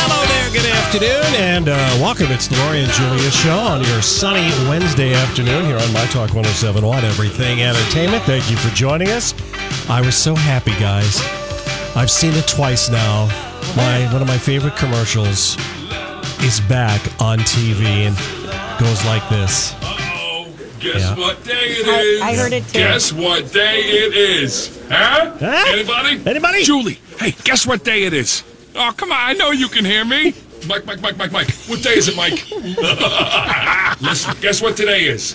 Hello there, good afternoon, and uh, welcome. It's the Laurie and Julia Show on your sunny Wednesday afternoon here on My Talk 107 on Everything Entertainment. Thank you for joining us. I was so happy, guys. I've seen it twice now. My one of my favorite commercials is back on TV and goes like this. Uh-oh. Guess Yeah. what day it I- is? I heard it too. Guess what day it is? Huh? Huh? Anybody? Anybody? Julie, hey, guess what day it is? Oh, come on, I know you can hear me. Mike, Mike, Mike, Mike, Mike. What day is it, Mike? Listen, guess what today is?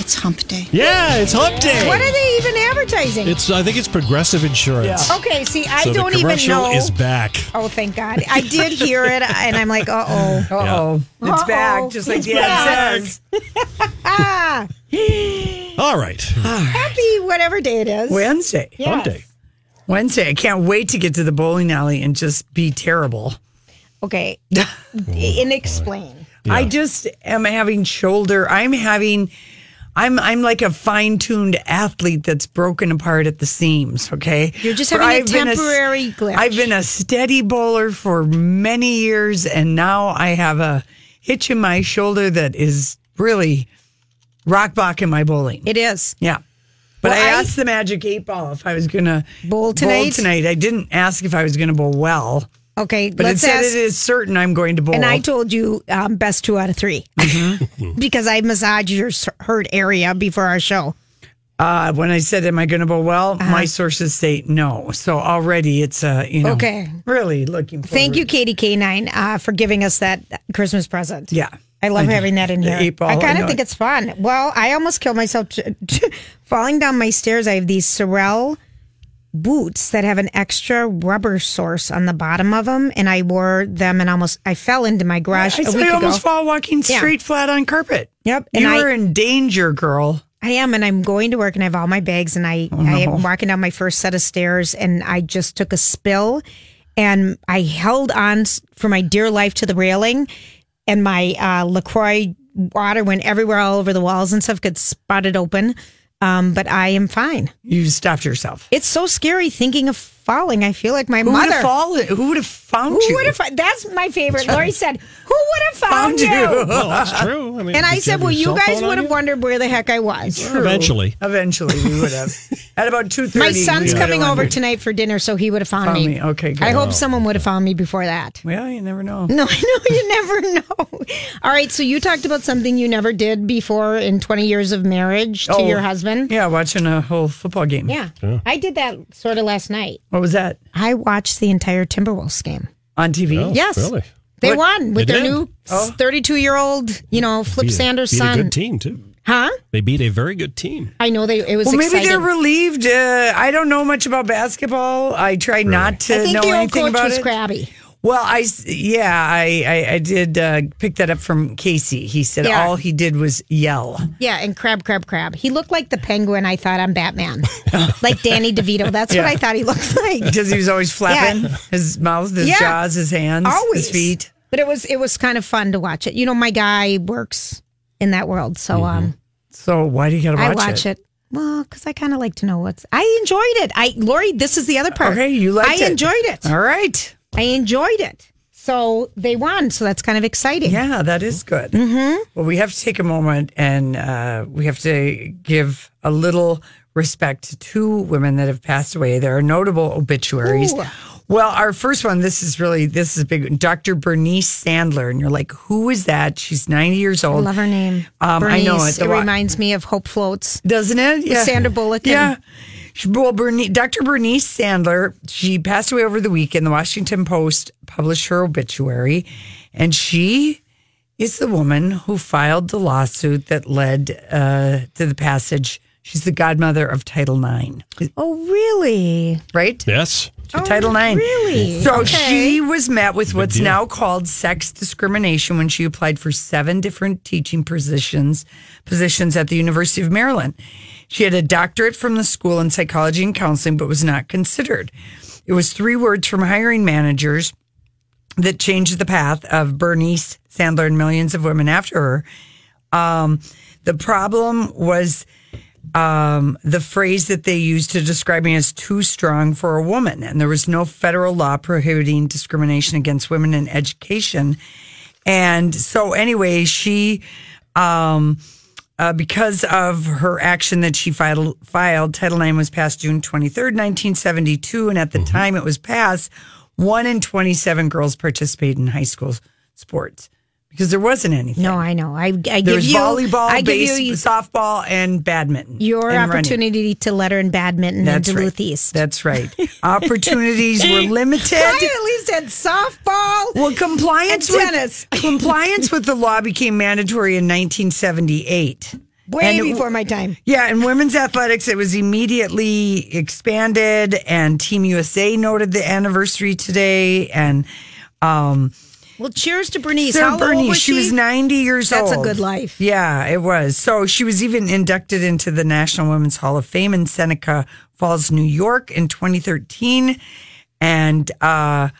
It's hump day. Yeah, it's Hump Day. What are they even advertising? It's I think it's Progressive Insurance. okay, see, I so don't the even commercial know. is back. oh, thank God. I did hear it, and I'm like, uh oh. Uh-oh. It's Uh-oh. back, just like It's the back. ad says. Ah, All right, happy whatever day it is. Wednesday. Yes. Hump Day. Wednesday. I can't wait to get to the bowling alley and just be terrible. Okay. and explain. I just am having shoulder. I'm having I'm I'm like a fine-tuned athlete that's broken apart at the seams, okay? You're just Where having a been s- temporary glitch. I've been a steady bowler for many years and now I have a hitch in my shoulder that is really rock blocking my bowling. It is. Yeah. But Well, I, I- asked the Magic Eight Ball if I was going to Bowl tonight? tonight. I didn't ask if I was going to bowl well, Okay, but let's it said ask. it is certain I'm going to bowl. and I told you um, best two out of 3 because I massaged your s- hurt area before our show. uh, when I said, "Am I going to bowl well?" Uh-huh. My sources say no. So already it's uh, you know Okay. really looking. Forward. Thank you, Katie K9, uh, for giving us that Christmas present. Yeah. I love having that in The here. eight ball, I I kind know of think it. it's fun. Well, I almost killed myself t- t- falling down my stairs. I have these Sorel boots that have an extra rubber source on the bottom of them, and I wore them and almost I fell into my garage I a said week I ago. almost fall walking straight flat on carpet. Yep, and you I- were in danger, girl. I am, and I'm going to work, and I have all my bags, and I Oh, I am walking down my first set of stairs, and I just took a spill, and I held on s- for my dear life to the railing, and my uh, Lacroix water went everywhere, all over the walls and stuff, got spotted open, um, but I am fine. You stopped yourself. It's so scary thinking of falling. I feel like my Who would mother. have fallen? Who would have found who you? would have? fi- That's my favorite. Lori said, "Who would have found, you?" Well, that's true. I mean, And I did said, have "Well, your you cell guys phone on would have you? wondered where the heck I was." Eventually. Eventually, we would have. At about two thirty, My son's coming over tonight for dinner, so he would have found, Found me. me. Okay, good. I hope someone would have found me before that. Well, you never know. No, I know you never know. All right, so you talked about something you never did before in 20 years of marriage to Oh, your husband. Yeah, watching a whole football game. Yeah. I did that sort of last night. What was that I watched the entire Timberwolves game. on TV? Oh, Yes. Really? They What? Oh. won with They their did? new 32 year old, you know, Flip Beat a- Sanders' beat son. a good team, too. Huh? They beat a very good team. I know they. It was Well, maybe exciting. they're relieved. Uh, I don't know much about basketball. I tried not I to think know the old anything coach about was it. crabby. Well, I s- yeah, I I, I did uh, pick that up from Casey. He said Yeah. all he did was yell. Yeah, and crab, crab, crab. He looked like the penguin I thought on Batman, like Danny DeVito. That's what I thought he looked like. Because he was always flapping his mouth, his Yeah. jaws, his hands, Always his feet. But it was it was kind of fun to watch it. You know, my guy works in that world, so um, So why do you gotta Mm-hmm. watch, I watch it. Well, because I kind of like to know what's. I enjoyed it. I Lori, this is the other part. Okay, you liked I it. enjoyed it. All right. I enjoyed it. So they won. So that's kind of exciting. Yeah, that is good. Mm-hmm. Well, we have to take a moment and uh, we have to give a little respect to two women that have passed away. There are notable obituaries. Ooh. Well, our first one, this is really, this is a big. one. Dr. Bernice Sandler. And you're like, who is that? She's 90 years I old. love her name. Um, I know it. Bernice. The It wa- reminds me of Hope Floats. Doesn't it? Yeah. Sandra Bullock and- Yeah. She- Well, Bernice, Dr. Bernice Sandler, she passed away over the weekend. The Washington Post published her obituary, and she is the woman who filed the lawsuit that led uh, to the passage. She's the godmother of Title IX, Oh, really? right? Yes. to Title Oh, IX. really? So Okay. she was met with what's deal. now called sex discrimination when she applied for seven different teaching positions positions at the University of Maryland. She had a doctorate from the school in psychology and counseling, but was not considered. It was three words from hiring managers that changed the path of Bernice Sandler and millions of women after her. Um, the problem was the phrase that they used to describe me as too strong for a woman. And there was no federal law prohibiting discrimination against women in education. And so, anyway, she, um, uh, because of her action that she filed, filed, Title IX was passed June 23rd, 1972. And at the time it was passed, one in 27 girls participated in high school sports because there wasn't anything. No, I know. I, I give There's you volleyball, I give base, you softball, and badminton. your and running. opportunity to let her in badminton That's in Duluth right. East. That's right. Opportunities were I limited. at least had softball. Well, compliance And with tennis. compliance with the law became mandatory in 1978. way and- before my time. Yeah, in women's athletics, it was immediately expanded, and Team USA noted the anniversary today. And um, Well, cheers to Bernice. Sarah How Berney, old was she? she? was 90 years That's old. a good life. Yeah, it was. So she was even inducted into the National Women's Hall of Fame in Seneca Falls, New York in 2013. And uh,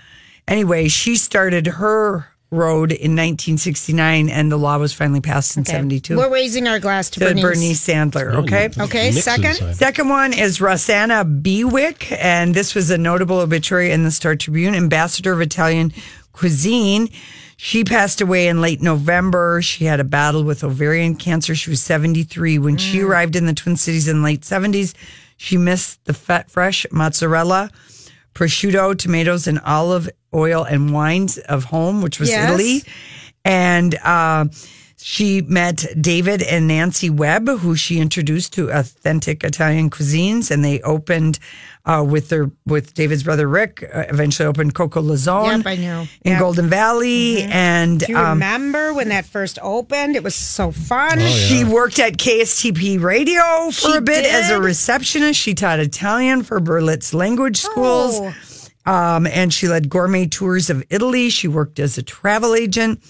anyway, she started her road in 1969, and the law was finally passed in 72. We're raising our glass to to Bernice. Bernice. Sandler, okay? Okay, Nixon second. side. Second one is Rosanna Bewick, and this was a notable obituary in the Star Tribune, ambassador of Italian cuisine. She passed away in late November. She had a battle with ovarian cancer. She was 73. When she arrived in the Twin Cities in the late 70s, she missed the fat, fresh mozzarella, prosciutto, tomatoes, and olive oil and wines of home, which was Yes. Italy. And uh, she met David and Nancy Webb, who she introduced to authentic Italian cuisines, and they opened uh, with their with David's brother Rick. Uh, eventually, opened Coco Lazone. Yep, I know. in Yep. Mm-hmm. Golden Valley, and Do you um, remember when that first opened? It was so fun. she worked at KSTP Radio for She a bit as a did? receptionist. She taught Italian for Berlitz language schools. Oh. Um, and she led gourmet tours of Italy. She worked as a travel agent,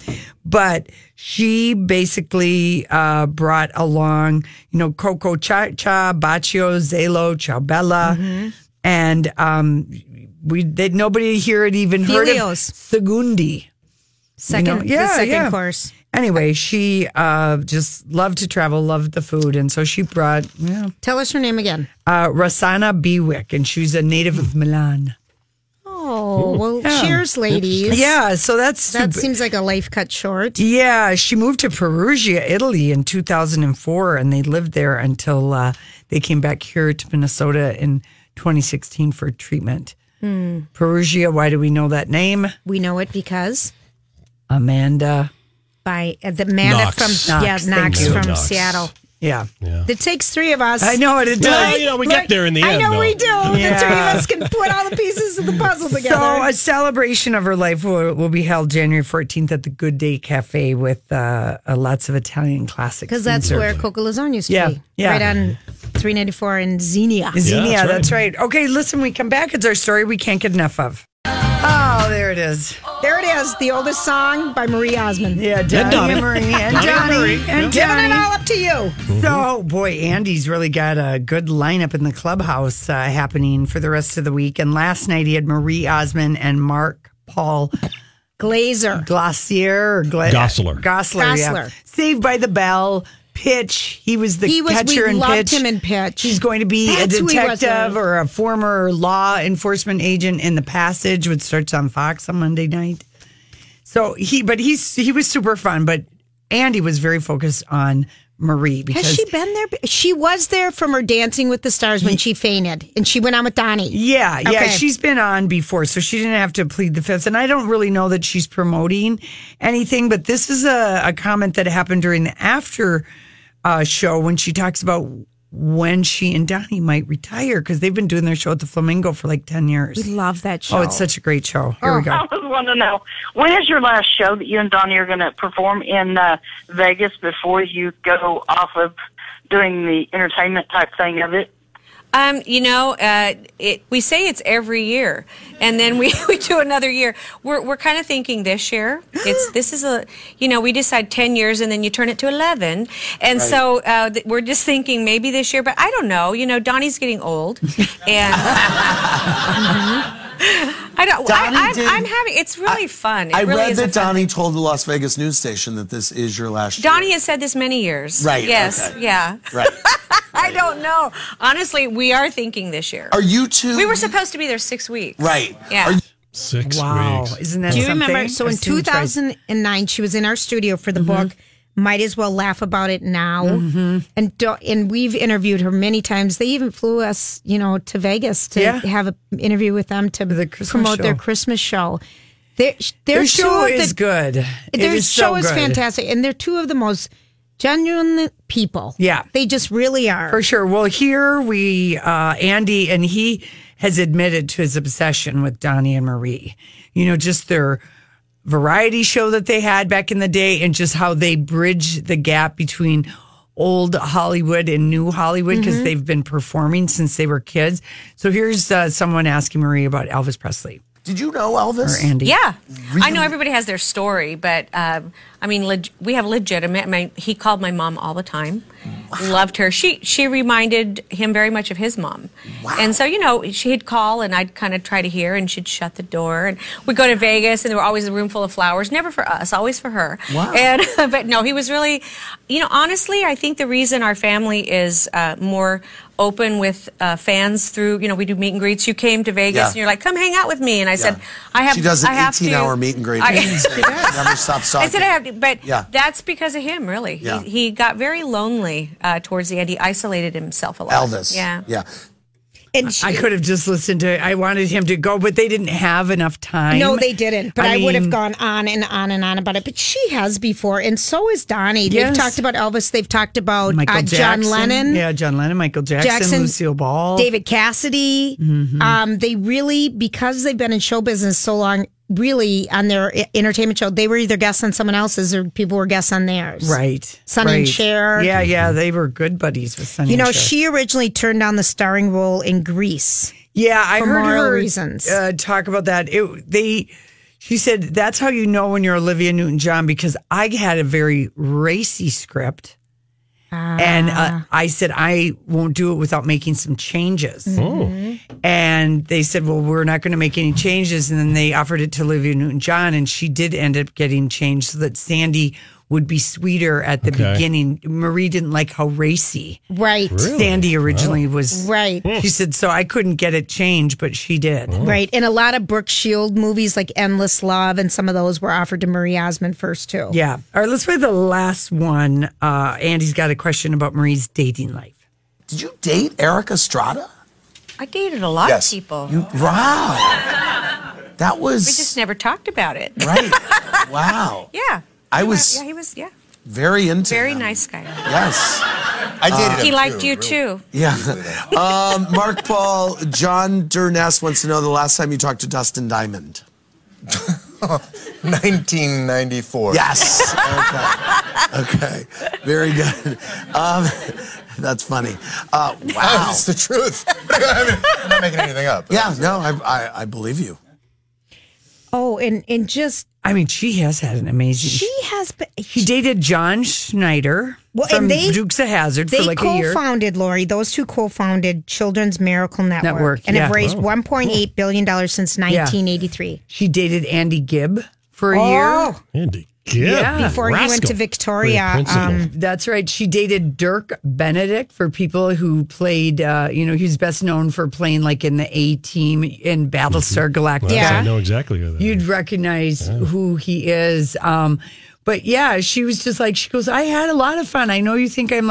but she basically uh, brought along, you know, Coco Cha Cha, Baccio, Zelo, Ciabella, Mm-hmm. and um, we that nobody here had even heard of Filios. Segundi. Second, know, yeah, the second yeah. course. Anyway, she uh, just loved to travel, loved the food, and so she brought yeah, Tell us her name again. uh, Rosanna Bewick, and she's a native of Milan. Oh, well, cheers, ladies. Yeah, so that's That super- seems like a life cut short. Yeah, she moved to Perugia, Italy in 2004, and they lived there until uh, they came back here to Minnesota in 2016 for treatment. Hmm. Perugia, why do we know that name? We know it because Amanda. by uh, the Amanda Knox. from Knox, yeah, thank Knox you. from Knox. Seattle. Yeah. It takes three of us. I know it. It Well, does. you know, we get there in the I end. know though. we do. The three Yeah. of us can put all the pieces of the puzzle together. So, a celebration of her life will, will be held January 14th at the Good Day Cafe with uh, uh, lots of Italian classics. Because that's and where Coco Lazone used to Yeah, be. yeah. Right on 394 in Xenia. Xenia, Yeah, that's that's, right. Okay, listen, we come back. It's our story we can't get enough of. Oh, there it is. There it is, the oldest song by Marie Osmond. Yeah, Donnie, Donnie. and Marie and Johnny and Giving it Johnny. all up to you. So, boy, Andy's really got a good lineup in the clubhouse uh, happening for the rest of the week. And last night he had Marie Osmond and Mark Paul Glazer. Glossier or Gla- Gosselaar. Gosselaar, yeah. Gosselaar. Saved by the Bell. Pitch. He was the He was- we catcher in loved pitch. him in Pitch. He's going to be That's a who he was, detective right? or a former law enforcement agent in The Passage, which starts on Fox on Monday night. So he, but he's he was super fun. But Andy was very focused on Marie because Has she been there? She was there from her Dancing with the Stars when she fainted, and she went on with Donnie. Yeah, yeah, Okay. she's been on before, so she didn't have to plead the fifth. And I don't really know that she's promoting anything, but this is a, a comment that happened during the after uh, show when she talks about when she and Donnie might retire because they've been doing their show at the Flamingo for like 10 years. Love that show. Oh, it's such a great show. Here we go. I was wanting to know when is your last show that you and Donnie are going to perform in uh, Vegas before you go off of doing the entertainment type thing of it? Um, you know, uh, it, we say it's every year, and then we, we do another year. We're, we're kind of thinking this year. It's this is a you know we decide ten years, and then you turn it to eleven, and so uh, th- we're just thinking maybe this year, but I don't know. You know, Donnie's getting old, and I Mm-hmm. don't. Donnie I, I'm, did- I'm having. It's really fun. It I really read is that a fun Donnie thing. told the Las Vegas news station that this is your last. Donnie year. has said this many years. Right, Yes. okay. Yeah. right. I don't know. Honestly, we are thinking this year. Are you two? we were supposed to be there six weeks. Right. Yeah. Are you- Six Wow. weeks. Isn't that Do you something? remember? So in I've seen you try- 2009, she was in our studio for the book. Might as well laugh about it now. Mm-hmm. And do, and we've interviewed her many times. They even flew us, you know, to Vegas to Yeah. have an interview with them to The Christmas promote their show. Christmas show. Their, their, Their two show of the- is good. It Their is show so is good. fantastic, and they're two of the most genuine people. Yeah. they just really are. For sure. Well, here we, uh, Andy, and he has admitted to his obsession with Donnie and Marie. You know, just their variety show that they had back in the day and just how they bridge the gap between old Hollywood and new Hollywood because Mm-hmm. they've been performing since they were kids. So here's uh, someone asking Marie about Elvis Presley Did you know or Elvis? Andy. Yeah. I know everybody has their story, but um, I mean, leg- we have legitimate. My, he called my mom all the time. Loved her. She she reminded him very much of his mom. And so you know, she'd call and I'd kind of try to hear, and she'd shut the door. And we'd go to Vegas, and there were always a room full of flowers, never for us, always for her. Wow. And but no, he was really, you know, honestly, I think the reason our family is uh, more open with uh, fans through, you know, we do meet and greets. You came to Vegas, Yeah. and you're like, come hang out with me, and I said, Yeah. I have. She does I an have 18 to- hour meet and greet. I- Never stops talking. I said I have to, but Yeah. that's because of him, really. Yeah. He, he got very lonely uh, towards the end. He isolated himself a lot. Elvis. Yeah. Yeah. and she, I could have just listened to I wanted him to go, but they didn't have enough time. No, they didn't. But I, would mean- have gone on and on and on about it. But she has before, and so has Donnie. Yes. They've talked about Elvis. They've talked about Michael uh, John Jackson. Lennon, Yeah, John Lennon, Michael Jackson, Jackson, Lucille Ball. David Cassidy. Mm-hmm. Um, they really, because they've been in show business so long, really on their e- entertainment show, they were either guests on someone else's or people were guests on theirs. Right. Sonny and right. Cher. Yeah, yeah. They were good buddies with Sonny You and know, Cher. she originally turned down the starring role in Greece. Yeah, I for heard moral her reasons. Uh, talk about that. It, they, she said that's how you know when you're Olivia Newton John because I had a very racy script, and Ah. uh, I said I won't do it without making some changes. Mm-hmm. And they said, well, we're not going to make any changes. And then they offered it to Olivia Newton John, and she did end up getting changed so that Sandy would be sweeter at the Okay. beginning. Marie didn't like how racy Right. Sandy originally was. Right. She said, so I couldn't get it changed, but she did. Right. And a lot of Brooke Shield movies like Endless Love and some of those were offered to Marie Osmond first too. Yeah. All right, let's play the last one. Uh, Andy's got a question about Marie's dating life. Did you date Eric Estrada? I dated a lot of people. You, wow. That was we just never talked about it. right. Wow. Yeah. I He wa- was- Yeah, he was. Yeah. Very into. Very him. nice guy. Yes. I dated him He too, liked you really. too. Yeah. Um, Mark Paul, John Durness wants to know the last time you talked to Dustin Diamond. 1994. Yes. Okay. okay. Very good. Um, that's funny. Uh, Wow. wow. It's the truth. I mean, I'm not making anything up. Yeah. No, I, I, I believe you. Oh, and and just I mean, she has had an amazing. she has been she dated John Schneider Well, from and they- Dukes of Hazard they for like a year. co-founded Lori. Those two co-founded Children's Miracle Network, Network, and yeah. have raised 1.8 billion dollars since 1983. She dated Andy Gibb for a year. Oh, Andy Gibb. Yeah. before he went to Victoria, um, That's right. She dated Dirk Benedict for people who played. Uh, you know, he's best known for playing like in the A Team in Battlestar Galactica. Yeah. I know exactly who that you'd recognize who he is. Um, but yeah, she was just like, she goes, I had a lot of fun. I know you think I'm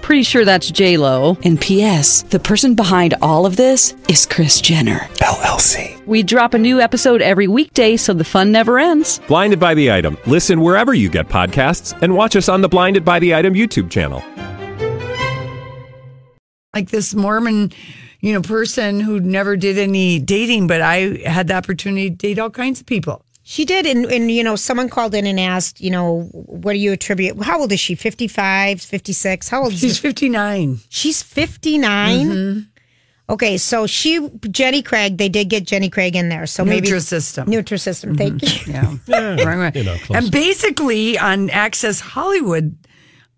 Pretty sure that's J Lo. And P.S. The person behind all of this is Chris Jenner LLC. We drop a new episode every weekday, so the fun never ends. Blinded by the item. Listen wherever you get podcasts, and watch us on the Blinded by the Item YouTube channel. like this Mormon, you know, person who never did any dating, but I had the opportunity to date all kinds of people. She did, and, and you know, someone called in and asked, you know, what do you attribute? How old is she? 55, 56? How old is She's 59. She's 59? Mm-hmm. Okay, so she, Jenny Craig, they did get Jenny Craig in there. So maybe. Nutrisystem. Mm-hmm. Nutrisystem, thank you. Yeah. Wrong way. and basically on Access Hollywood,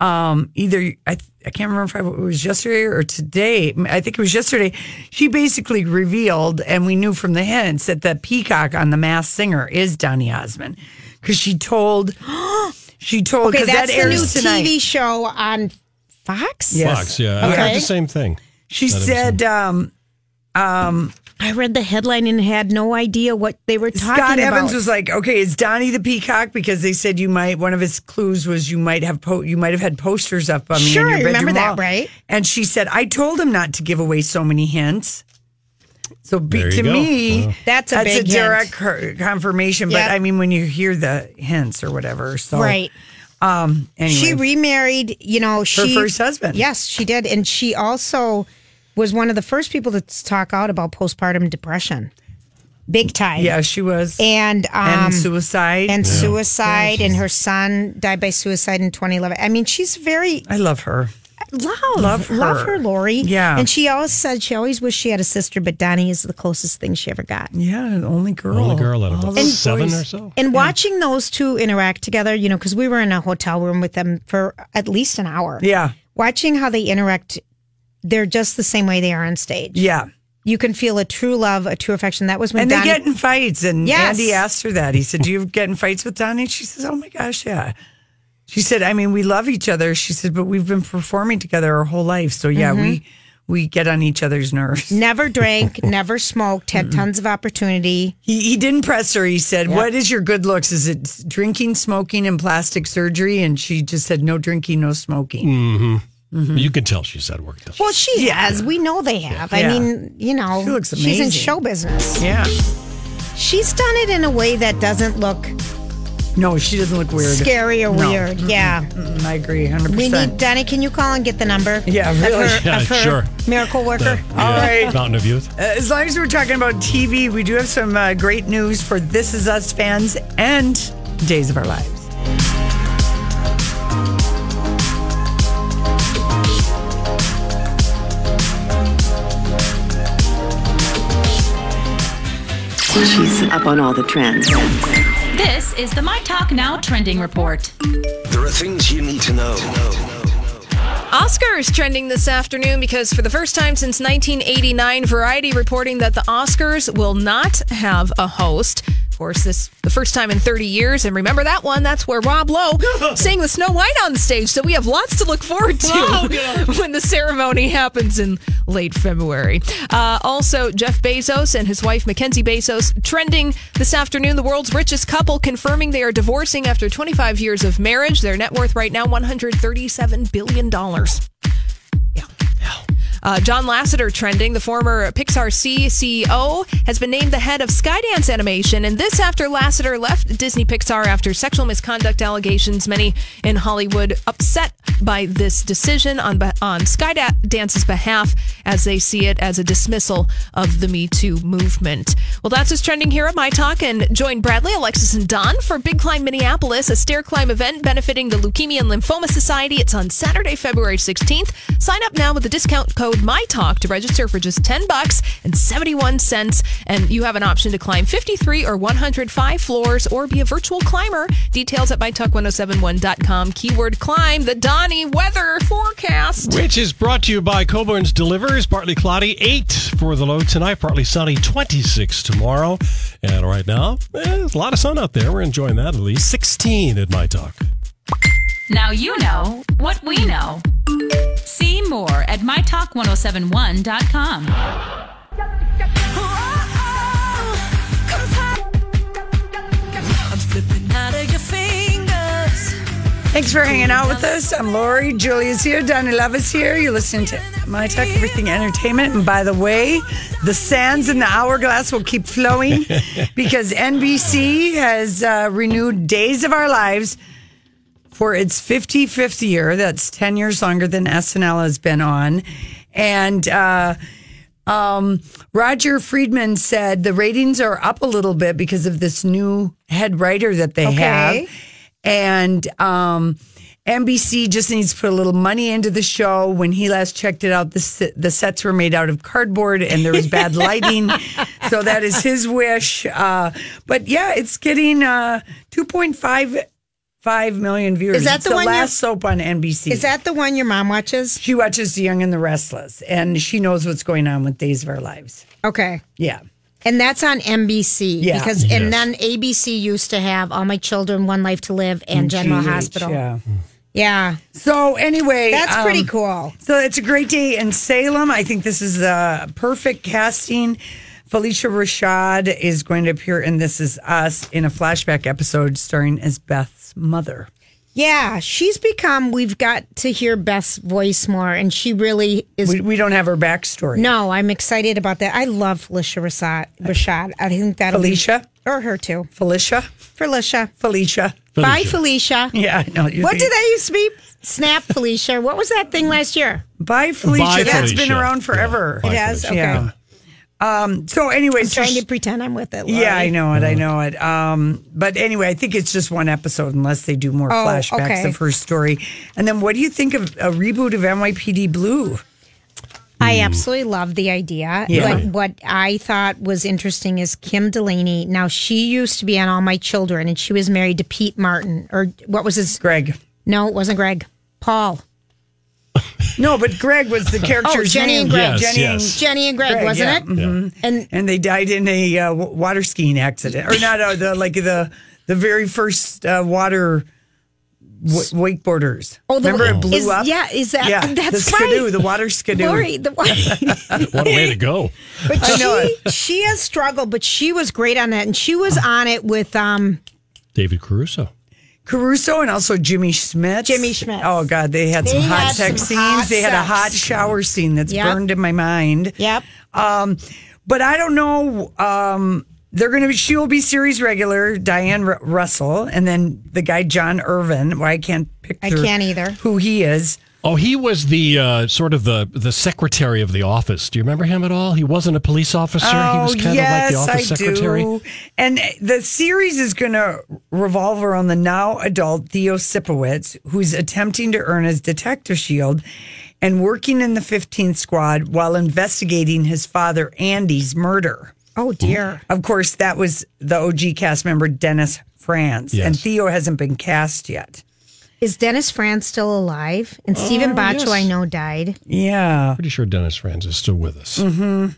um, either I, th- I can't remember if I, it was yesterday or today. I think it was yesterday. She basically revealed, and we knew from the hints that the peacock on the Mass Singer is Donny Osmond, because she told she told Okay, because that that's the new airs tonight. TV show on Fox? Fox, yeah. I heard the same thing. She Thought it was said, um, um, I read the headline and had no idea what they were talking about. Scott Evans was like, "Okay, is Donnie the peacock?" Because they said you might. One of his clues was you might have po- you might have had posters up on me. Sure, in I your remember bedroom that, wall. right? And she said, "I told him not to give away so many hints." So be, There you to go. me, Wow. That's a that's big hint. a direct cor- confirmation. Yep. But I mean, when you hear the hints or whatever, so Right. Um. Anyway, She remarried, you know, she first husband. Yes, she did, and she also was one of the first people to talk out about postpartum depression, big time. yeah, she was and um, and suicide and Yeah. suicide, and her son died by suicide in 2011. I mean, she's very I love her. love Love her. love her, Lori. Yeah. and she always said she always wished she had a sister, but Donnie is the closest thing she ever got. Yeah, the only girl. Only girl out of All about those seven boys. or so. And watching those two interact together, you know, because we were in a hotel room with them for at least an hour. Yeah. Watching how they interact, they're just the same way they are on stage. Yeah. You can feel a true love, a true affection. That was when and Donnie, they get in fights. And Yes. Andy asked her that. He said, "Do you get in fights with Donnie?" She says, "Oh my gosh, yeah." She said, "I mean, we love each other." She said, "But we've been performing together our whole life, so yeah, Mm-hmm. we we get on each other's nerves." never drank, never smoked, had tons of opportunity. He he didn't press her. He said, Yeah. "What is your good looks? Is it drinking, smoking, and plastic surgery?" And she just said, "No drinking, no smoking." Mm. hmm You can tell she's at work. Though. Well, she has. We know they have. I Yeah. mean, you know, She looks she's in amazing. show business. Yeah. She's done it in a way that doesn't look No, she doesn't look weird. scary or No. weird. Yeah. Mm, I agree, hundred We need, percent. Donnie, can you call and get the number? Yeah, of her- really. of Yeah, her sure. Miracle worker. All right. Mountain of Youth. Uh, As long as we're talking about TV, we do have some uh, great news for This Is Us fans and Days of Our Lives. She's up on all the trends. This is the My Talk Now trending report. There are things you need to know. Oscar is trending this afternoon because for the first time since 1989, Variety reporting that the Oscars will not have a host. Of course, this the first time in 30 years, and remember that one? That's where Rob Lowe sang with Snow White on stage. So we have lots to look forward to Oh, God. when the ceremony happens in late February. Uh, also, Jeff Bezos and his wife Mackenzie Bezos trending this afternoon. The world's richest couple confirming they are divorcing after 25 years of marriage. Their net worth right now 137 billion dollars. Uh, John Lasseter trending, the former Pixar C CEO, has been named the head of Skydance Animation, and this after Lasseter left Disney Pixar after sexual misconduct allegations. Many in Hollywood upset by this decision on on Skydance's behalf, as they see it as a dismissal of the Me Too movement. Well, that's what's trending here at My Talk. And join Bradley, Alexis, and Don for Big Climb Minneapolis, a stair climb event benefiting the Leukemia and Lymphoma Society. It's on Saturday, February 16th. Sign up now with the discount code MyTalk to register for just 10 bucks and 71 cents. And you have an option to climb 53 or 105 floors or be a virtual climber. Details at mytalk1071.com. Keyword climb, the Donnie weather forecast. Which is brought to you by Coburn's Delivers. Partly cloudy, 8 for the low tonight. Partly sunny, 26 tomorrow. And right now, eh, there's a lot of sun out there. We're enjoying that at least. 16 at my talk. Now you know what we know. See more at mytalk1071.com. I'm slipping out of your fingers. Thanks for hanging out with us. I'm Lori. Julia's here. Donnie Love is here. You're listening to My Talk Everything Entertainment. And by the way, the sands in the hourglass will keep flowing because NBC has uh, renewed Days of Our Lives for its 55th year. That's 10 years longer than SNL has been on. And uh, um, Roger Friedman said the ratings are up a little bit because of this new head writer that they Okay. have. And um, NBC just needs to put a little money into the show. When he last checked it out, the, se- the sets were made out of cardboard and there was bad lighting. So that is his wish. Uh, but yeah, it's getting uh, 2.5 five million viewers. Is that It's the the one last you're- soap on NBC? Oh, Is that the one your mom watches? She watches The Young and the Restless, and she knows what's going on with Days of Our Lives. Okay. Yeah. And that's on NBC. Yeah. Because and Yes. then ABC used to have All My Children, One Life to Live, and, General GH, Hospital. Mm, Yeah. Yeah. So anyway, That's pretty um, cool. So it's a great day in Salem. I think this is a perfect casting. Felicia Rashad is going to appear in This Is Us in a flashback episode starring as Beth's mother. Yeah. She's become we've got to hear Beth's voice more and she really is We, we don't have her backstory. No, I'm excited about that. I love Felicia Rashad. Rashad. I think that'll be- Felicia? or her too. Felicia. Felicia. Felicia. Bye, Felicia. Yeah, I know. You What think- did that used to be? Snap, Felicia. What was that thing last year? Bye, Felicia. Bye, That's been Felicia. around forever. Yeah, Bye, It has? Felicia. Okay. Yeah. Um, so, anyway, I'm so trying she- to pretend I'm with it. Lori. yeah, I know it. I know it. Um, but anyway, I think it's just one episode, unless they do more Oh, flashbacks okay. of her story. And then, what do you think of a reboot of NYPD Blue? I absolutely love the idea. Yeah. But what I thought was interesting is Kim Delaney. Now she used to be on All My Children, and she was married to Pete Martin, or what was his? Greg. No, it wasn't Greg. Paul. No, but Greg was the oh, character's Jenny name. and Greg. Jenny, Jenny and Greg, wasn't it? it? And and they died in a uh, w- water skiing accident, or not uh, the like the the very first uh, water w- wakeboarders. Oh, the- remember it blew is- up. yeah, is that- yeah? the that's skidoo, right. the water skidoo. Lori, the What a way to go. But I know she, she has struggled, but she was great on that, and she was on it with um David Caruso. Caruso and also Jimmy Schmidt. Jimmy Schmidt. Oh God, they had They some hot had sex some scenes. hot they had a sex. hot shower scene that's Yep. burned in my mind. Yep. Um, but I don't know. Um, they're going to be. She will be series regular Diane Ru- Russell, and then the guy John Irvin. Why I can't picture. I can't either. Who he is? Oh, he was the uh, sort of the the secretary of the office. Do you remember him at all? He wasn't a police officer. he was kind of like the office secretary. Oh, do. And the series is going to revolve around the now adult Theo Sipowicz, who's attempting to earn his detective shield and working in the 15th squad while investigating his father Andy's murder. Oh dear. Of course, that was the OG cast member Dennis Franz, and Theo hasn't been cast yet. Is Dennis Franz still alive? And Stephen Oh, Boccio, yes. I know, died. Yeah. Pretty sure Dennis Franz is still with us. hmm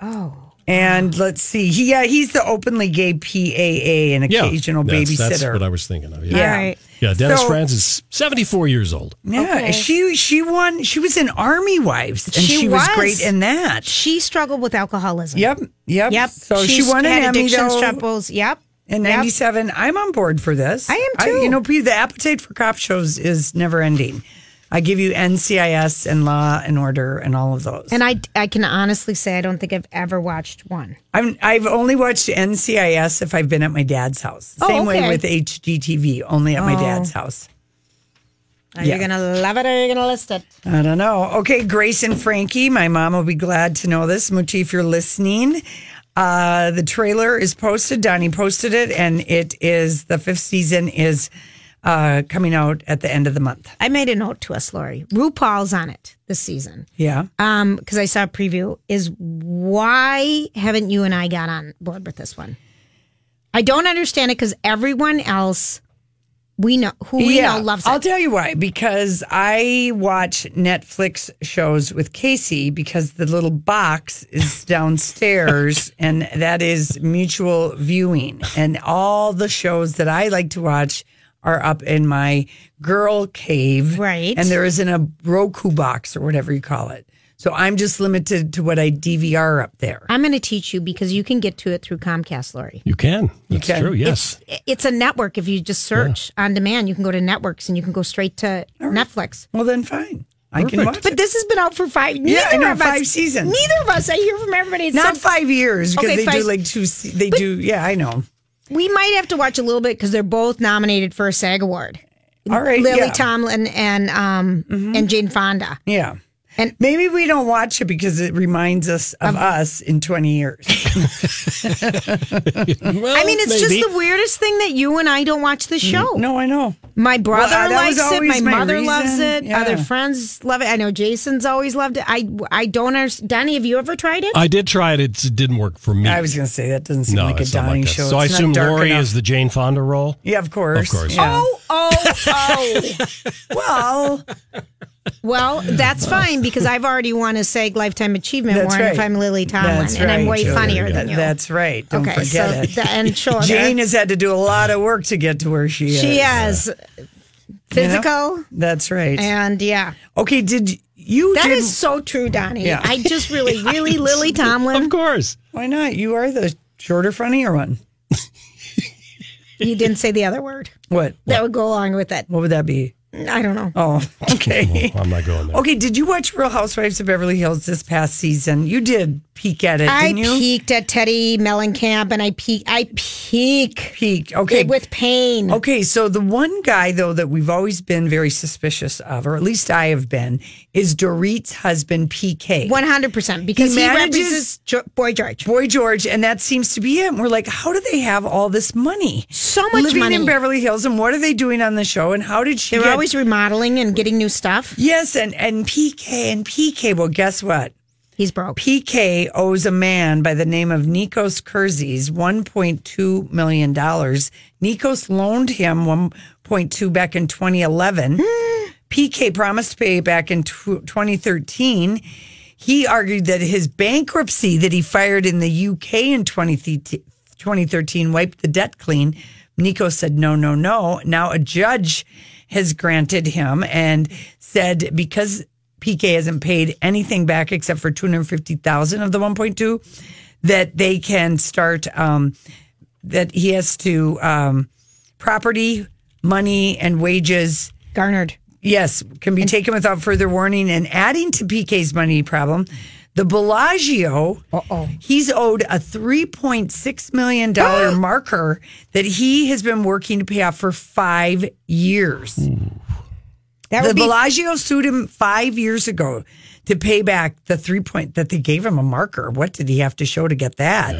Oh. And let's see. He, yeah, he's the openly gay PAA, an Yeah, occasional that's, babysitter. That's what I was thinking of. Yeah, Yeah. All right. yeah Dennis So- Franz is seventy-four years old. Yeah, Okay. she she won. She was in Army Wives, and she, was. great in that. She struggled with alcoholism. Yep, yep, Yep. So she She's won an had Emmy addiction though troubles. Yep. in Yep. '97. I'm on board for this. I am, too. you know, P- the appetite for cop shows is never ending. I give you NCIS and Law and Order and all of those. And I, I can honestly say I don't think I've ever watched one. I'm, I've only watched NCIS if I've been at my dad's house. Oh, Same way okay. with HGTV, only at my Oh. dad's house. Are you going to love it or are you going to list it? I don't know. Okay, Grace and Frankie, my mom will be glad to know this. Muti, if you're listening, uh, the trailer is posted. Donnie posted it, and it is the fifth season is uh, coming out at the end of the month. I made a note to us, Lori. RuPaul's on it this season. Yeah. Um, because I saw a preview. Is why haven't you and I got on board with this one? I don't understand it because everyone else we know who we know loves it. I'll tell you why. Because I watch Netflix shows with Casey because the little box is downstairs and that is mutual viewing. And all the shows that I like to watch are up in my girl cave. Right. And there isn't a Roku box or whatever you call it. So I'm just limited to what I DVR up there. I'm going to teach you because you can get to it through Comcast, Lori. You can. That's can. true. Yes. It's a network. If you just search on demand, you can go to networks and you can go straight to Netflix. Well, then fine. I can watch But it. this has been out for five. Neither I know, of us, five seasons. Neither of us. I hear from everybody. it's Not said- five years because Okay, they five- do like two. se- They do. Yeah, I know. We might have to watch a little bit because they're both nominated for a SAG award. All right, Lily yeah. Mm-hmm. Tomlin and um and Jane Fonda. Yeah. And maybe we don't watch it because it reminds us Um, of us in 20 years. I mean, it's just the weirdest thing that you and I don't watch the show. Mm-hmm. No, I know. My brother Well, uh, that was likes it. My, always my mother reason. loves it. Yeah. Other friends love it. I know Jason's always loved it. I I don't understand. Donnie, have you ever tried it? I did try it. It's, it didn't work for me. I was going to say that doesn't seem no, like a it's not dying like that. show. So I It's not assume dark Lori enough. is the Jane Fonda role. Yeah, of course. Of course. Yeah. Oh, oh, oh. well, well, that's fine because I've already won a SAG Lifetime Achievement That's Award if right. I'm Lily Tomlin, That's and I'm right. way Yeah, funnier than you. That's right. Don't Okay, so forget it. the- and sure, Jane there- has had to do a lot of work to get to where she is. she has physical That's right. and yeah. okay, did you? That is did- so true, Donnie. Yeah. I just really, really Lily Tomlin. Of course. Why not? You are the shorter, funnier one. You didn't say the other word What? that would go along with it. What would that be? I don't know. Oh, okay. I'm not going there. Okay, did you watch Real Housewives of Beverly Hills this past season? You did peek at it, I didn't you? peeked at Teddy Mellencamp, and I peek. I peek peaked. Okay. with pain. Okay, so the one guy though that we've always been very suspicious of, or at least I have been, is Dorit's husband PK. One hundred percent, because he, manages- represents jo- Boy George. Boy George, and that seems to be it. And we're like, how do they have all this money? So much Living money. in Beverly Hills, and what are they doing on the show? And how did she? They were get- always remodeling and getting new stuff. yes, and and PK and PK. Well, guess what? He's broke. PK owes a man by the name of Nikos Kerzis $1.2 million. Nikos loaned him 1.2 back in 2011. PK promised to pay back in tw- 2013. He argued that his bankruptcy that he fired in the UK in 2013 2013 wiped the debt clean. Nikos said, no, no, no. Now a judge has granted him and said, because PK hasn't paid anything back except for 250,000 of the 1.2 that they can start um, that he has to um, property, money and wages Garnered. yes, can be taken without further warning. And adding to PK's money problem, the Bellagio, Uh-oh. he's owed a $3.6 million marker that he has been working to pay off for five years. Hmm. That the would be Bellagio sued him five years ago to pay back the three point that they gave him a marker. What did he have to show to get that?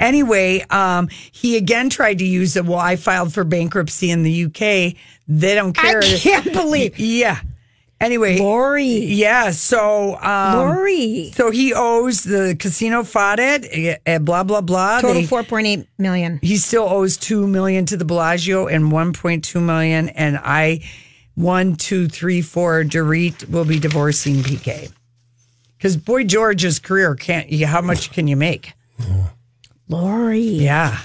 Anyway, um, he again tried to use the well, I filed for bankruptcy in the UK. They don't I care. can't believe Yeah. Anyway, Lori. yeah. So, um, Lori. so he owes the casino fought it. eh, Blah blah blah. Total They- four point eight million. he still owes two million to the Bellagio and one point two million. And I, one, two, three, four. Dorit will be divorcing PK because boy George's career can't. you- How much can you make? Lori. Yeah,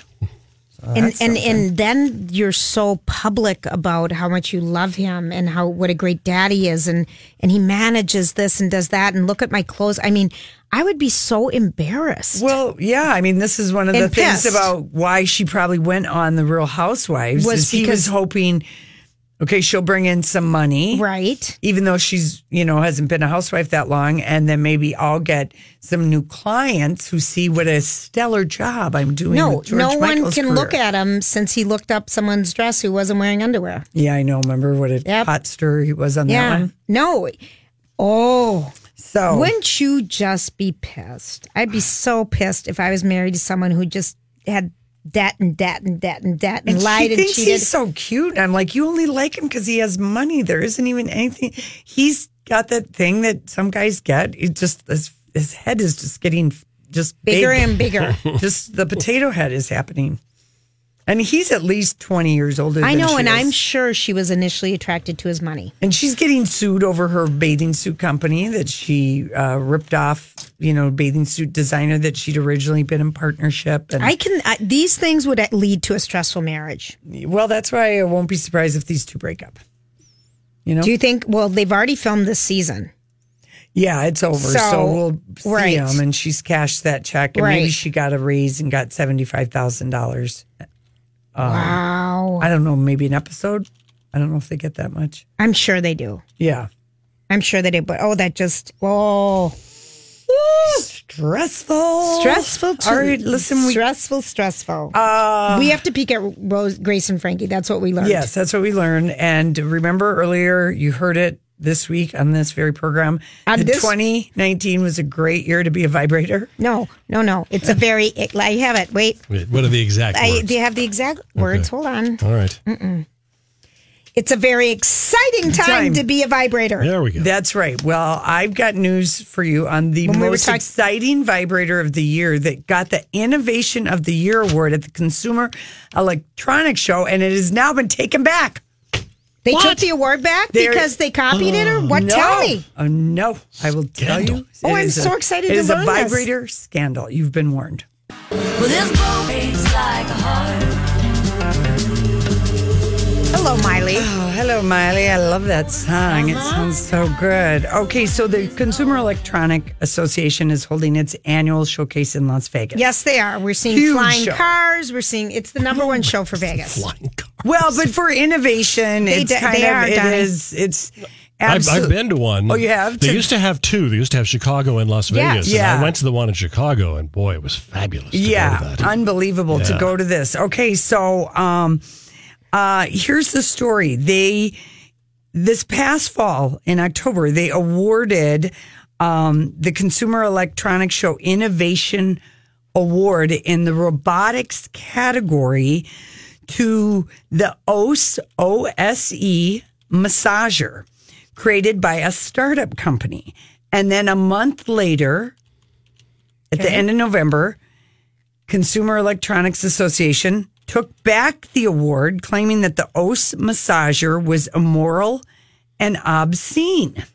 Oh, and and and then you're so public about how much you love him and how what a great dad he is and and he manages this and does that and look at my clothes. I mean, I would be so embarrassed. Well, yeah. I mean, this is one of the And things pissed. about why she probably went on the Real Housewives. Was is he was because- hoping Okay, she'll bring in some money. Right. Even though she's, you know, hasn't been a housewife that long. And then maybe I'll get some new clients who see what a stellar job I'm doing. No, with George no one Michael's can look career. at him since he looked up someone's dress who wasn't wearing underwear. Yeah, I know. Remember what a hot stir he was on yeah. that one? No. Oh. So wouldn't you just be pissed? I'd be so pissed if I was married to someone who just had that and that and that and that and, she lied and thinks cheated. he's so cute. I'm like, you only like him because he has money. There isn't even anything. He's got that thing that some guys get. It just his, his head is just getting just Bigger big. and bigger. just the potato head is happening, and he's at least twenty years older. I than know, she and is. I'm sure she was initially attracted to his money. And she's getting sued over her bathing suit company that she uh, ripped off. You know, bathing suit designer that she'd originally been in partnership. And I can. I, these things would lead to a stressful marriage. well, that's why I won't be surprised if these two break up. You know? Do you think? Well, they've already filmed this season. Yeah, it's over. So, So, we'll see right. him, and she's cashed that check, and maybe Right. she got a raise and got seventy five thousand dollars. wow. I don't know, maybe an episode. I don't know if they get that much. I'm sure they do. Yeah, I'm sure they do. But oh, that just oh stressful, stressful. Too. All right, listen, we stressful, stressful. uh, we have to peek at Rose, Grace, and Frankie. That's what we learned. Yes, that's what we learned. And remember earlier, you heard it this week on this very program. On that this- 2019 was a great year to be a vibrator. No, no, no. It's a very. It, I have it. Wait. Wait, what are the exact I words? do you have the exact words? Hold on. All right. It's a very exciting time, Time. to be a vibrator. There we go. That's right. Well, I've got news for you on the When we were most talk- exciting vibrator of the year that got the Innovation of the Year award at the Consumer Electronics Show, and it has now been taken back. They What? took the award back There- because they copied it, or what? No. Tell me. Oh, no, I will tell you. Oh, It I'm is so a- excited It to is a learn this. vibrator scandal. You've been warned. Well, this boat beats like a heart. Hello, Miley. Oh, hello, Miley. I love that Uh-huh. song. It sounds so good. Okay, so the Consumer Electronic Association is holding its annual showcase in Las Vegas. Yes, they are. We're seeing Huge flying show. cars. We're seeing it's the number one show for Vegas. Well, but for innovation, They it's do- kind they of are, it Donnie. is- it's. I've, I've absolute- been to one. Oh, you have? They To- used to have two. They used to have Chicago and Las Yeah. Vegas. and Yeah. I went to the one in Chicago, and boy, it was fabulous. to go to yeah, that. unbelievable to Yeah. go to this. Okay, so um, uh, here's the story. They this past fall in October they awarded um, the Consumer Electronics Show Innovation Award in the robotics category to the OSE OSE massager created by a startup company, and then a month later. At the Okay. end of November, Consumer Electronics Association took back the award, claiming that the OSE massager was immoral and obscene.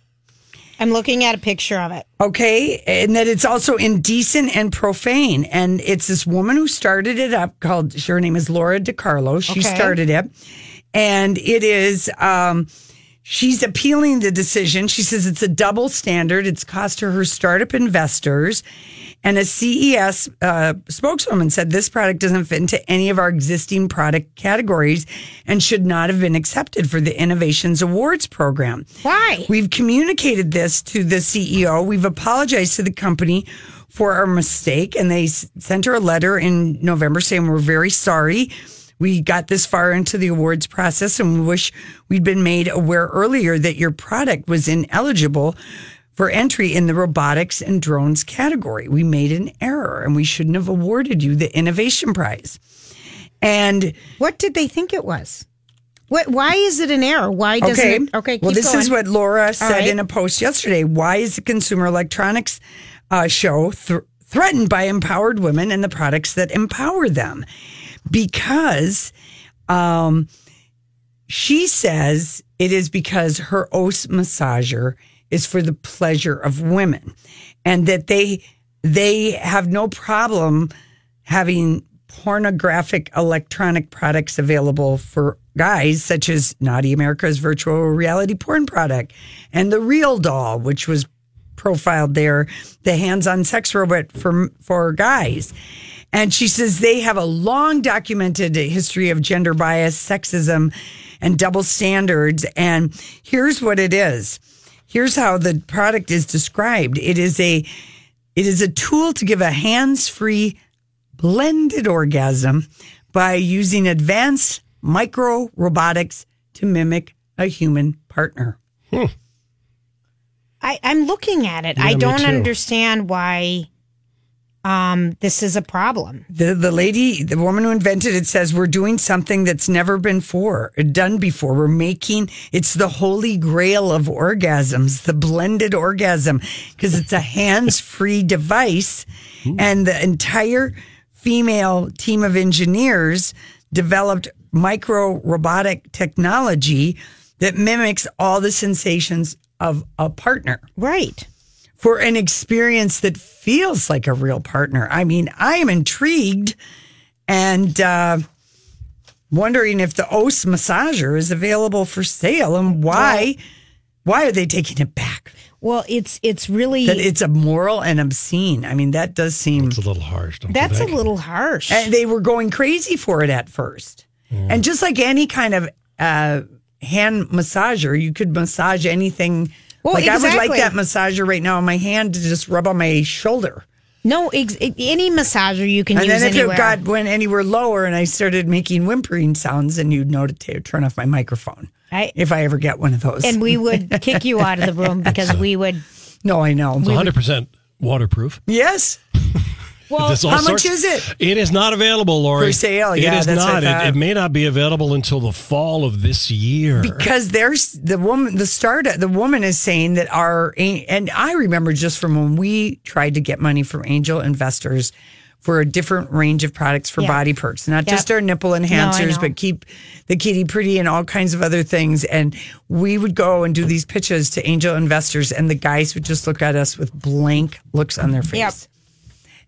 I'm looking at a picture of it. Okay. And that it's also indecent and profane. And it's this woman who started it up called, her name is Laura DiCarlo. She Okay. started it. And it is, um, she's appealing the decision. She says it's a double standard. It's cost her her startup investors. And a CES uh, spokeswoman said this product doesn't fit into any of our existing product categories and should not have been accepted for the Innovations Awards program. Why? We've communicated this to the CEO. We've apologized to the company for our mistake, and they s- sent her a letter in November saying we're very sorry. We got this far into the awards process and we wish we'd been made aware earlier that your product was ineligible for entry in the robotics and drones category. We made an error and we shouldn't have awarded you the innovation prize. And What did they think it was? What? Why is it an error? Why doesn't? okay. It, okay. Well, keep this is going. what Laura said right. in a post yesterday. Why is the Consumer Electronics uh, Show thr threatened by empowered women and the products that empower them? Because um, she says it is because her os massager is for the pleasure of women, and that they they have no problem having pornographic electronic products available for guys, such as Naughty America's virtual reality porn product and the Real Doll, which was profiled there, the hands-on sex robot for for guys. And she says they have a long documented history of gender bias, sexism, and double standards. And here's what it is. Here's how the product is described. It is a it is a tool to give a hands-free blended orgasm by using advanced micro robotics to mimic a human partner. I, I'm looking at it. Yeah, I me don't too. understand why um, this is a problem. The the lady, the woman who invented it says we're doing something that's never been for done before. We're making it's the holy grail of orgasms, the blended orgasm, because it's a hands-free device, and the entire female team of engineers developed micro robotic technology that mimics all the sensations of a partner. Right. For an experience that feels like a real partner. I mean, I am intrigued and uh, wondering if the Os massager is available for sale and why. Why are they taking it back? Well, it's it's really that it's immoral and obscene. I mean, that does seem it's a little harsh. That's a little harsh. And they were going crazy for it at first. And just like any kind of uh, hand massager, you could massage anything. Well, like I would exactly. like that massager right now on my hand to just rub on my shoulder. No, ex- any massager you can and use then if anywhere. it got went anywhere lower, and I started making whimpering sounds, and you'd know to t- turn off my microphone I- if I ever get one of those. and we would kick you out of the room because we would. No, I know. It's We would- 100% waterproof. Yes. Well, There's all how much sorts- is it? It is not available, Lori. For sale, It yeah, is that's what I not. It, thought. it may not be available until the fall of this year. because there's the woman the start the woman is saying that our and i remember just from when we tried to get money from angel investors for a different range of products for Yeah. body perks not Yep. just our nipple No, I enhancers know. but keep the kitty pretty and all kinds of other things and we would go and do these pitches to angel investors and the guys would just look at us with blank looks on their face Yep.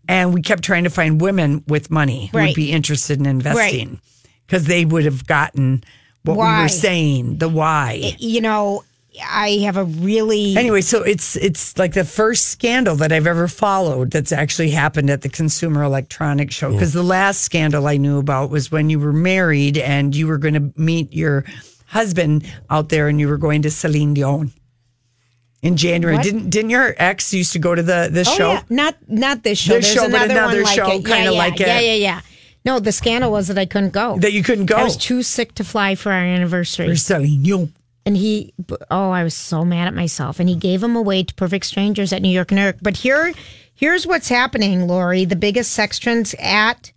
and we kept trying to find women with money who Right. would be interested in investing because they would have gotten what we Why? were saying, the why. You know, I have a really Anyway, so it's it's like the first scandal that I've ever followed that's actually happened at the Consumer Electronics Show. Because the last scandal I knew about was when you were married and you were going to meet your husband out there, and you were going to Celine Dion in January. What? Didn't didn't your ex used to go to the the Oh, show? yeah. Not not this show. This There's show, but another, another one show like it. Yeah, kinda yeah, like it. Yeah, yeah, yeah. No, the scandal was that I couldn't go. That you couldn't go. I was too sick to fly for our anniversary. For Celine Dion. And he, b- oh, I was so mad at myself. And he gave him away to perfect strangers at New York and Eric. But here, here's what's happening, Lori. The biggest sex trends at,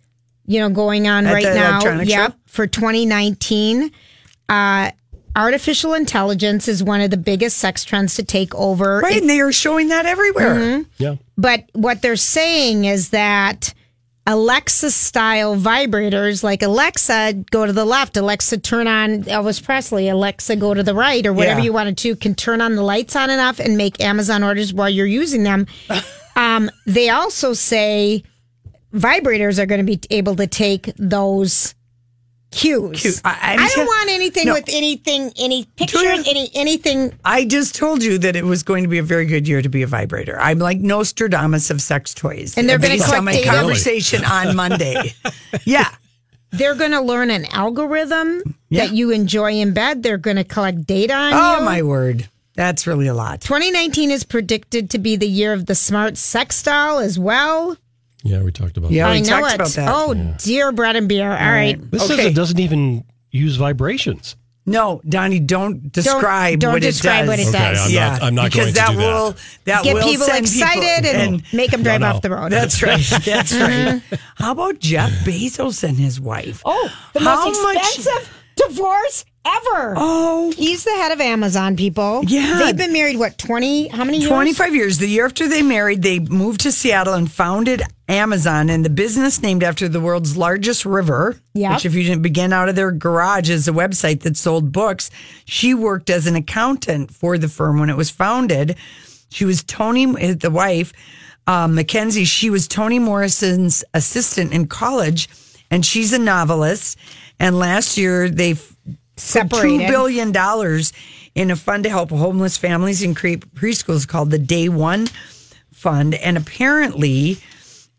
you know, going on At right the now. electronic show? Yep, for 2019. Uh, artificial intelligence is one of the biggest sex trends to take over. Right, It- and they are showing that everywhere. Mhm. Yeah. But what they're saying is that Alexa style vibrators, like Alexa, go to the left, Alexa, turn on Elvis Presley, Alexa, go to the right, or whatever Yeah. you wanted to, can turn on the lights on and off and make Amazon orders while you're using them. um, they also say vibrators are going to be able to take those. Cues. Cue- I- I, I'm don't t- want anything No. with anything, any pictures, any anything. I just told you that it was going to be a very good year to be a vibrator. I'm like Nostradamus of sex toys. And they're gonna Based on collect my data? conversation on Monday. Yeah. They're going to learn an algorithm that you enjoy in bed. They're going to collect data on you. Oh my word. That's really a lot. 2019 is predicted to be the year of the smart sex doll as well. Yeah, we talked about Yeah, that. we I know talked it. about that. Oh dear, bread and beer. All right. This says it doesn't even use vibrations. No, Donnie, don't describe don't what describe it does. what it Okay, does. I'm not- yeah, I'm not because going to that do that. will that Get will people send excited people- and make 'em drive No, no. off the road. That's right. That's Mhm. right. How about Jeff Bezos and his wife? Oh, the How most much- expensive divorce ever. Oh. He's the head of Amazon, people. Yeah. They've been married, what, 20? How many years? 25 years. The year after they married, they moved to Seattle and founded Amazon and the business named after the world's largest river. Yep. Which, if you didn't begin out of their garage as a website that sold books, she worked as an accountant for the firm when it was founded. She was Tony, the wife, um, Mackenzie. She was Toni Morrison's assistant in college, and she's a novelist. And last year, they f- Separated. $2 billion dollars in a fund to help homeless families and create preschools called the Day One Fund. And apparently,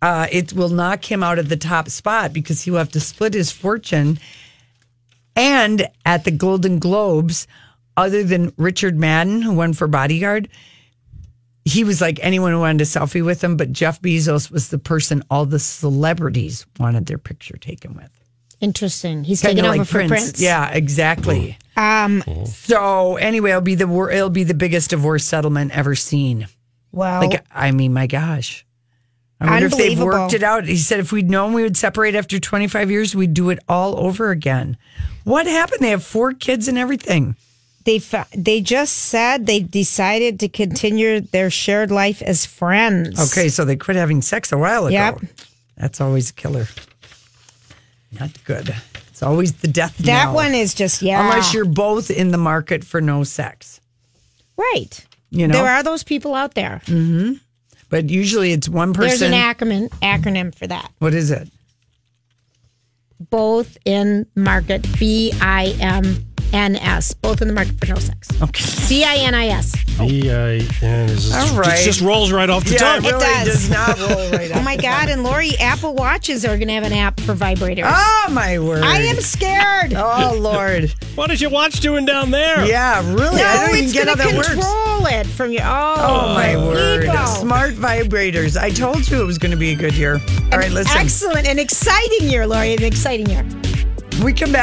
uh, it will knock him out of the top spot because he will have to split his fortune And at the Golden Globes, other than Richard Madden, who won for Bodyguard, he was like anyone who wanted a selfie with him, but Jeff Bezos was the person all the celebrities wanted their picture taken with. Interesting. He's taking Kinda over like for Prince. Yeah, exactly. Um. So anyway, it'll be the wor- it'll be the biggest divorce settlement ever seen. Wow. Like I mean, my gosh. I wonder if they've worked Oh. Unbelievable. it out. He said if we'd known we would separate after 25 years, we'd do it all over again. What happened? They have four kids and everything. They fa- they just said they decided to continue their shared life as friends. Okay, so they quit having sex a while ago. Yep. That's always a killer. Not good. It's always the death That knell. one is just yeah. Unless you're both in the market for no sex. right. You know? there are those people out there. Mm-hmm. But usually it's one There's person. an acronym acronym for that. what is it? Both in market B I M N S. Both in the market for no sex. Okay. B I N I S. B-I-N is All just, right. it just rolls right off the Oh. Yeah, tongue. it really It does. does not roll right Oh my God! And Lori, Apple Watches are going to have an app for vibrators. Oh my word. I am scared. Oh Lord. What is your watch doing down there? Yeah, really. No, I don't even it's get how going to that control works. it from your. Oh, Oh my word. people. Smart vibrators. I told you it was going to be a good year. All right, listen. Excellent and exciting year, Lori. An exciting year. We come back.